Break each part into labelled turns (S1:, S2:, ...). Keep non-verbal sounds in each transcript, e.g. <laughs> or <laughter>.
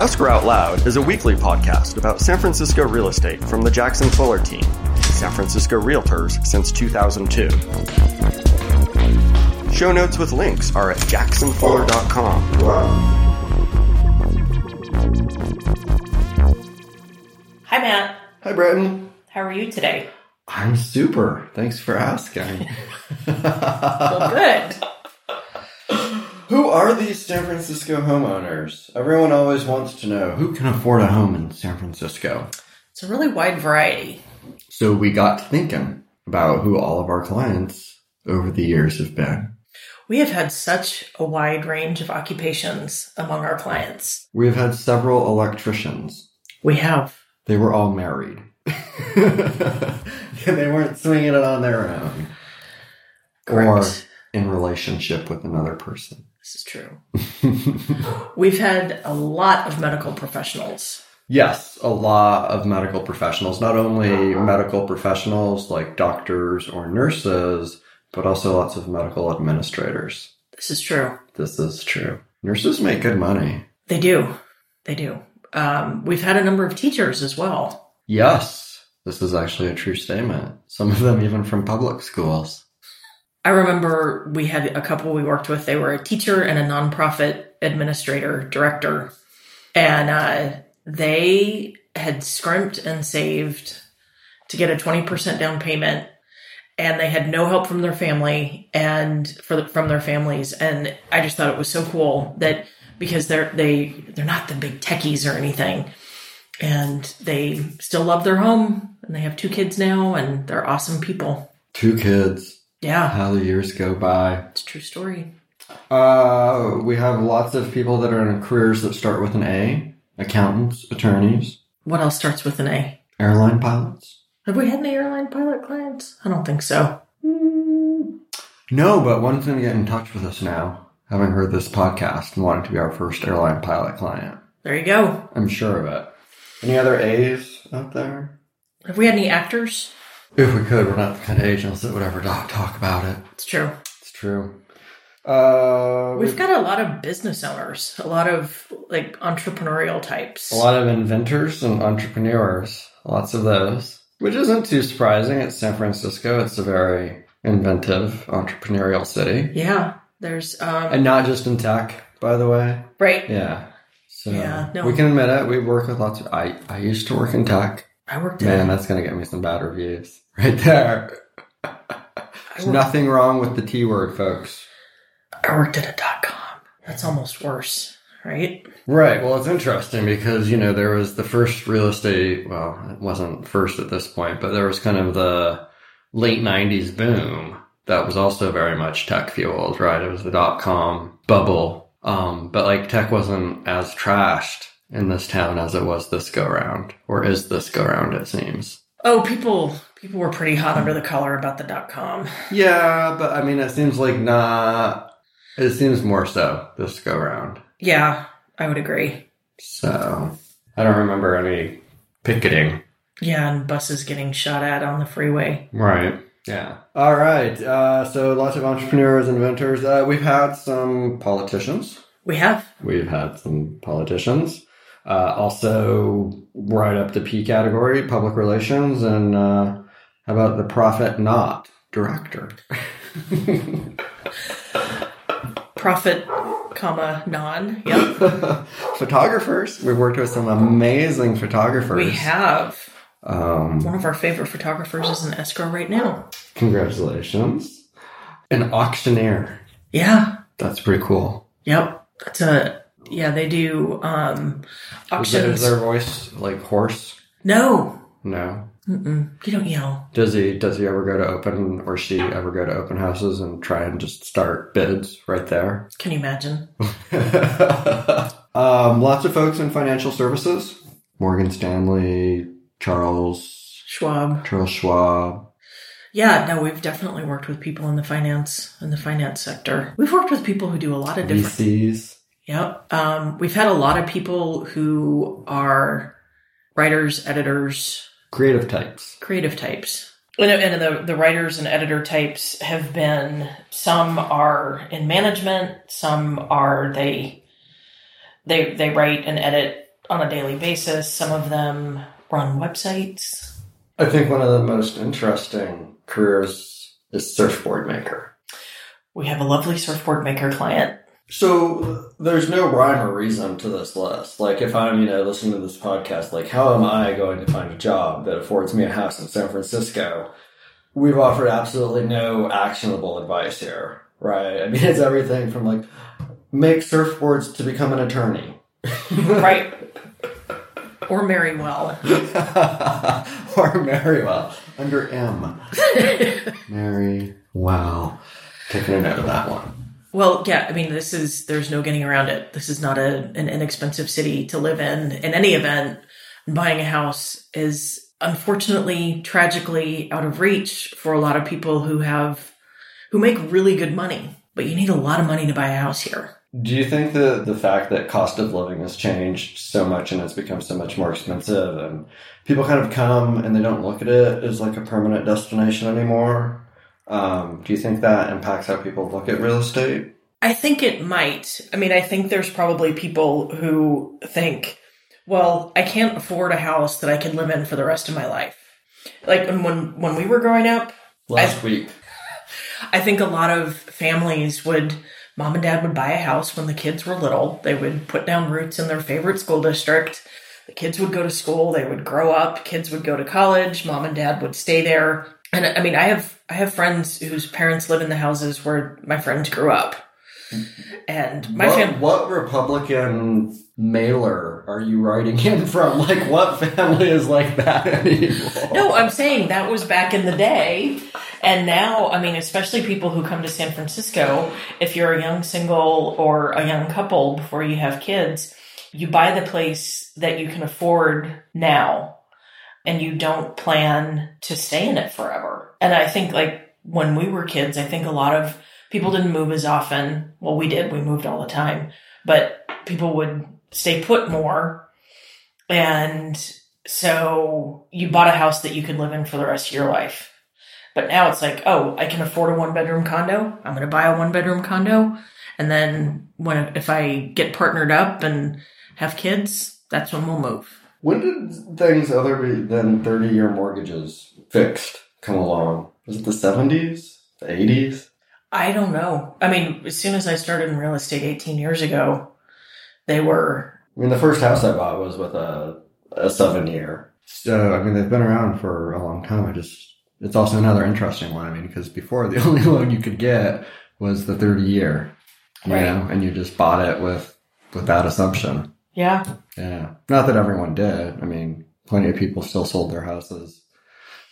S1: Escrow Out Loud is a weekly podcast about San Francisco real estate from the Jackson Fuller team, San Francisco Realtors since 2002. Show notes with links are at jacksonfuller.com.
S2: Hi, Matt.
S1: Hi, Breton.
S2: How are you today?
S1: I'm super. Thanks for asking.
S2: Well, good.
S1: <laughs> Who are these San Francisco homeowners? Everyone always wants to know who can afford a home in San Francisco.
S2: It's a really wide variety.
S1: So we got to thinking about who all of our clients over the years have been.
S2: We have had such a wide range of occupations among our clients.
S1: We have had several electricians.
S2: We have.
S1: They were all married. <laughs> they weren't swinging it on their own.
S2: Correct.
S1: Or in relationship with another person.
S2: This is true. <laughs> We've had a lot of medical professionals.
S1: Yes, a lot of medical professionals, not only medical professionals like doctors or nurses, but also lots of medical administrators.
S2: This is true.
S1: This is true. Nurses make good money.
S2: They do. They do. Um, we've had a number of teachers as well.
S1: Yes, this is actually a true statement. Some of them even from public schools.
S2: I remember we had a couple we worked with. They were a teacher and a nonprofit administrator director, and uh, they had scrimped and saved to get a twenty percent down payment, and they had no help from their family and for the, from their families. And I just thought it was so cool that because they're they they're not the big techies or anything, and they still love their home, and they have two kids now, and they're awesome people.
S1: Two kids,
S2: Yeah,
S1: how the years go by.
S2: it's a true story.
S1: Uh, we have lots of people that are in careers that start with an A accountants, attorneys,
S2: What else starts with an A?
S1: airline pilots.
S2: Have we had an airline pilot client? I don't think so.
S1: No, but one's going to get in touch with us now, having heard this podcast and wanting to be our first airline pilot client.
S2: There you go.
S1: I'm sure of it. Any other A's out there?
S2: Have we had any actors?
S1: If we could, we're not the kind of agents that would ever talk, talk about it.
S2: It's true.
S1: It's true. Uh,
S2: We've got a lot of business owners, a lot of like entrepreneurial types.
S1: a lot of inventors and entrepreneurs, lots of those, which isn't too surprising. It's San Francisco. It's a very inventive, entrepreneurial city,
S2: Yeah. There's um
S1: and not just in tech, by the way.
S2: right.
S1: Yeah. So
S2: Yeah, no.
S1: we can admit it. We work with lots of. I I used to work in tech.
S2: I worked in
S1: Man, that's gonna get me some bad reviews <laughs> right there.
S2: I
S1: There's
S2: worked,
S1: nothing wrong with the T word, folks.
S2: I worked at a dot com. That's almost worse, right?
S1: Right. Well, it's interesting because, you know, there was the first real estate, well, it wasn't first at this point, but there was kind of the late 90s boom that was also very much tech fueled, right? It was the dot com bubble. Um, but like tech wasn't as trashed in this town as it was this go round, or is this go round, it seems.
S2: Oh, people people were pretty hot under the collar about the dot com.
S1: Yeah, but I mean, it seems like not, it seems more so this go round.
S2: Yeah, I would agree.
S1: So I don't remember any picketing.
S2: Yeah, and buses getting shot at on the freeway.
S1: Right. Yeah. All right. Uh, so lots of entrepreneurs, inventors. Uh, we've had some politicians.
S2: We have.
S1: We've had some politicians. Uh, also, right up the P category, public relations, and uh, how about the profit not director?
S2: Profit, comma, non. Yep.
S1: <laughs> photographers. We've worked with some amazing photographers.
S2: We have.
S1: Um,
S2: One of our favorite photographers is in escrow right now.
S1: congratulations. An auctioneer.
S2: Yeah.
S1: That's pretty cool.
S2: Yep. That's a yeah, they do um
S1: Is, there-
S2: auctions.
S1: is their voice like hoarse?
S2: no.
S1: No.
S2: You don't yell.
S1: Does he does he ever go to open or she ever go to open houses and try and just start bids right there?
S2: Can you imagine?
S1: <laughs> um, lots of folks in financial services. Morgan Stanley, Charles
S2: Schwab.
S1: Charles Schwab.
S2: Yeah, no, we've definitely worked with people in the finance in the finance sector. We've worked with people who do a lot of different
S1: VCs.
S2: Yep. Um, we've had a lot of people who are writers, editors,
S1: Creative types.
S2: creative types. And, and the, the writers and editor types have been some are in management, some are they they they write and edit on a daily basis. Some of them were on websites.
S1: I think one of the most interesting careers is surfboard maker.
S2: We have a lovely surfboard maker <laughs> client.
S1: So there's no rhyme or reason to this list. Like if I'm, you know, listening to this podcast, like how am I going to find a job that affords me a house in San Francisco? We've offered absolutely no actionable advice here, right? I mean, it's everything from like make surfboards to become an attorney.
S2: Right. or marry well.
S1: <laughs> or marry well. Under <laughs> M. marry well. Taking a note of that one.
S2: Well, yeah, I mean, this is, there's no getting around it. This is not a, an inexpensive city to live in. In any event, buying a house is unfortunately, tragically out of reach for a lot of people who have, who make really good money. But you need a lot of money to buy a house here.
S1: Do you think that the fact that cost of living has changed so much and it's become so much more expensive and people kind of come and they don't look at it as like a permanent destination anymore? Um, do you think that impacts how people look at real estate?
S2: I think it might. I mean, I think there's probably people who think, well, I can't afford a house that I can live in for the rest of my life. Like when when we were growing up,
S1: Last week.
S2: I think a lot of families would mom and dad would buy a house when the kids were little. They would put down roots in their favorite school district. The kids would go to school, they would grow up, kids would go to college, mom and dad would stay there. And I mean, I have I have friends whose parents live in the houses where my friends grew up. And my
S1: what,
S2: family
S1: what Republican mailer are you writing in <laughs> from? Like, what family is like that anymore?
S2: No, I'm saying that was back in the day. And now, I mean, especially people who come to San Francisco, if you're a young single or a young couple before you have kids, you buy the place that you can afford now and you don't plan to stay in it forever. And I think, like, when we were kids, I think a lot of people didn't move as often. Well, we did, we moved all the time, but people would stay put more. And so you bought a house that you could live in for the rest of your life. But now it's like, oh, I can afford a one bedroom condo. I'm going to buy a one bedroom condo. And then when, if I get partnered up and have kids, that's when we'll move.
S1: When did things other than 30 year mortgages fixed come along? Was it the 70s? The 80s?
S2: I don't know. I mean, as soon as I started in real estate 18 years ago, they were,
S1: I mean, the first house I bought was with a, a seven year. So, I mean, they've been around for a long time. I just, it's also another interesting one. I mean, because before the <laughs> only loan you could get was the 30 year, you
S2: Right.
S1: know, and you just bought it with, with that assumption.
S2: yeah,
S1: Yeah. Not that everyone did. I mean, plenty of people still sold their houses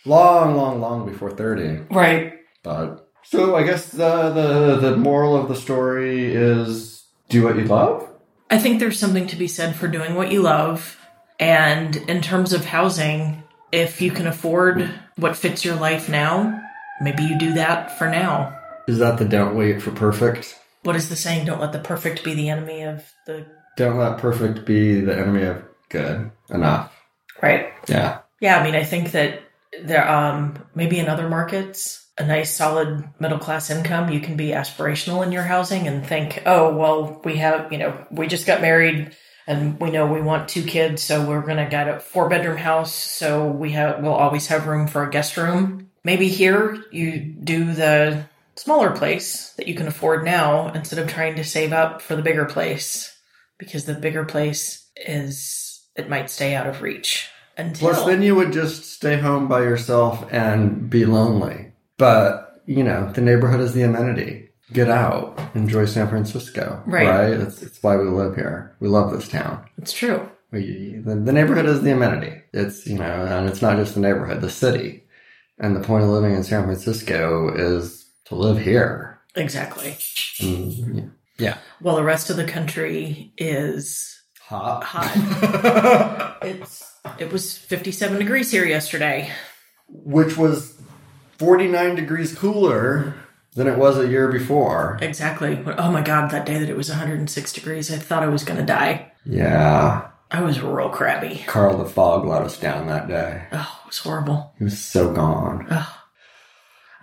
S1: long, long, long before 30.
S2: right.
S1: But so I guess the, the, the moral of the story is do what you love.
S2: I think there's something to be said for doing what you love. And in terms of housing, if you can afford what fits your life now, maybe you do that for now.
S1: Is that the don't wait for perfect?
S2: What is the saying? Don't let the perfect be the enemy of the.
S1: Don't let perfect be the enemy of good enough.
S2: Right.
S1: Yeah.
S2: Yeah, I mean, I think that there, um, maybe in other markets, a nice solid middle class income, you can be aspirational in your housing and think, oh, well, we have, you know, we just got married and we know we want two kids, so we're going to get a four bedroom house, so we have, we'll always have room for a guest room. Maybe here you do the smaller place that you can afford now instead of trying to save up for the bigger place because the bigger place is, it might stay out of reach. Until
S1: Plus, then you would just stay home by yourself and be lonely. But, you know, the neighborhood is the amenity. Get out, enjoy San Francisco.
S2: Right.
S1: That's, that's why we live here. We love this town.
S2: It's true.
S1: We, the, the neighborhood is the amenity. It's, you know, and it's not just the neighborhood, the city. And the point of living in San Francisco is to live here.
S2: Exactly.
S1: And, yeah.
S2: Well, the rest of the country is
S1: Hot. <laughs>
S2: Hot. <laughs> it's it was 57 degrees here yesterday.
S1: Which was 49 degrees cooler than it was a year before.
S2: Exactly. Oh my god, that day that it was 106 degrees, I thought I was going to die.
S1: Yeah.
S2: I was real crabby.
S1: Carl the Fog let us down that day.
S2: Oh, it was horrible.
S1: He was so gone. <laughs> <laughs>
S2: I'm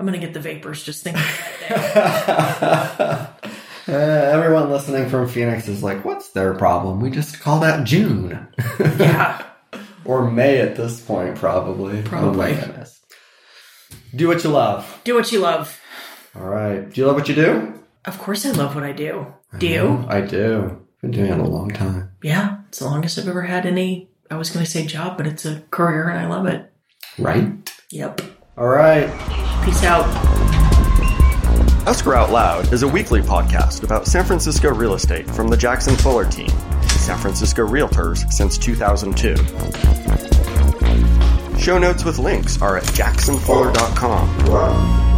S2: going to get the vapors just thinking about that day.
S1: I Uh, everyone listening from Phoenix is like, what's their problem? We just call that June.
S2: Yeah.
S1: <laughs> or May at this point, probably. Oh my
S2: Probably.
S1: goodness. Do what you love.
S2: do what you love.
S1: All right. Do you love what you do?
S2: Of course, I love what I do. Do
S1: I
S2: you?
S1: know. I do. Been doing it a long time.
S2: Yeah. It's the longest I've ever had any. I was going to say job, but it's a career and I love it.
S1: Right?
S2: Yep.
S1: All right.
S2: Peace out.
S3: Escrow Out Loud is a weekly podcast about San Francisco real estate from the Jackson Fuller team, San Francisco Realtors since 2002. Show notes with links are at jacksonfuller.com.